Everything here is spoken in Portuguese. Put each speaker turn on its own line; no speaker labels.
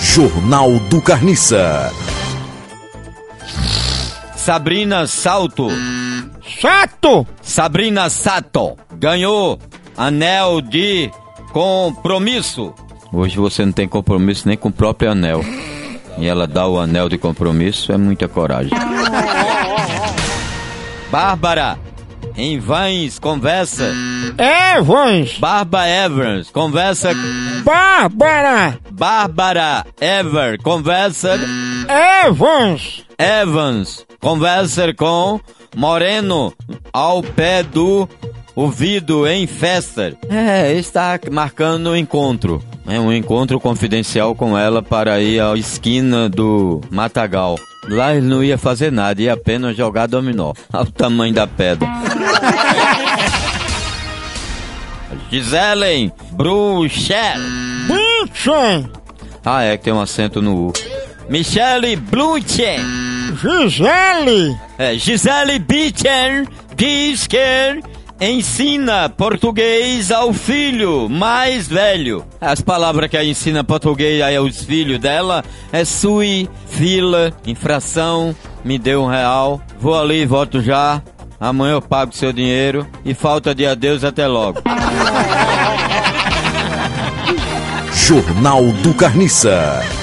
Jornal do Carniça.
Sabrina Salto.
Chato!
Sabrina Sato ganhou anel de compromisso. Hoje você não tem compromisso nem com o próprio anel. E ela dá o anel de compromisso, é muita coragem. Bárbara, em vãs, conversa.
Evans!
Bárbara Evans, conversa.
Bárbara!
Bárbara Ever, conversa.
Evans!
Evans, conversa com Moreno ao pé do ouvido em festa. É, está marcando o encontro. É um encontro confidencial com ela para ir à esquina do Matagal. Lá ele não ia fazer nada, ia apenas jogar dominó. Olha o tamanho da pedra. Gisele Bruxel.
Vincent!
Ah, é que tem um acento no U. Michele Bluchen.
Gisele!
É, Gisele Bichen diz que ensina português ao filho mais velho. As palavras que ela ensina português aí aos filhos dela é sui, fila, infração, me dê um real, vou ali, volto já, amanhã eu pago seu dinheiro e falta de adeus até logo.
Jornal do Carniça.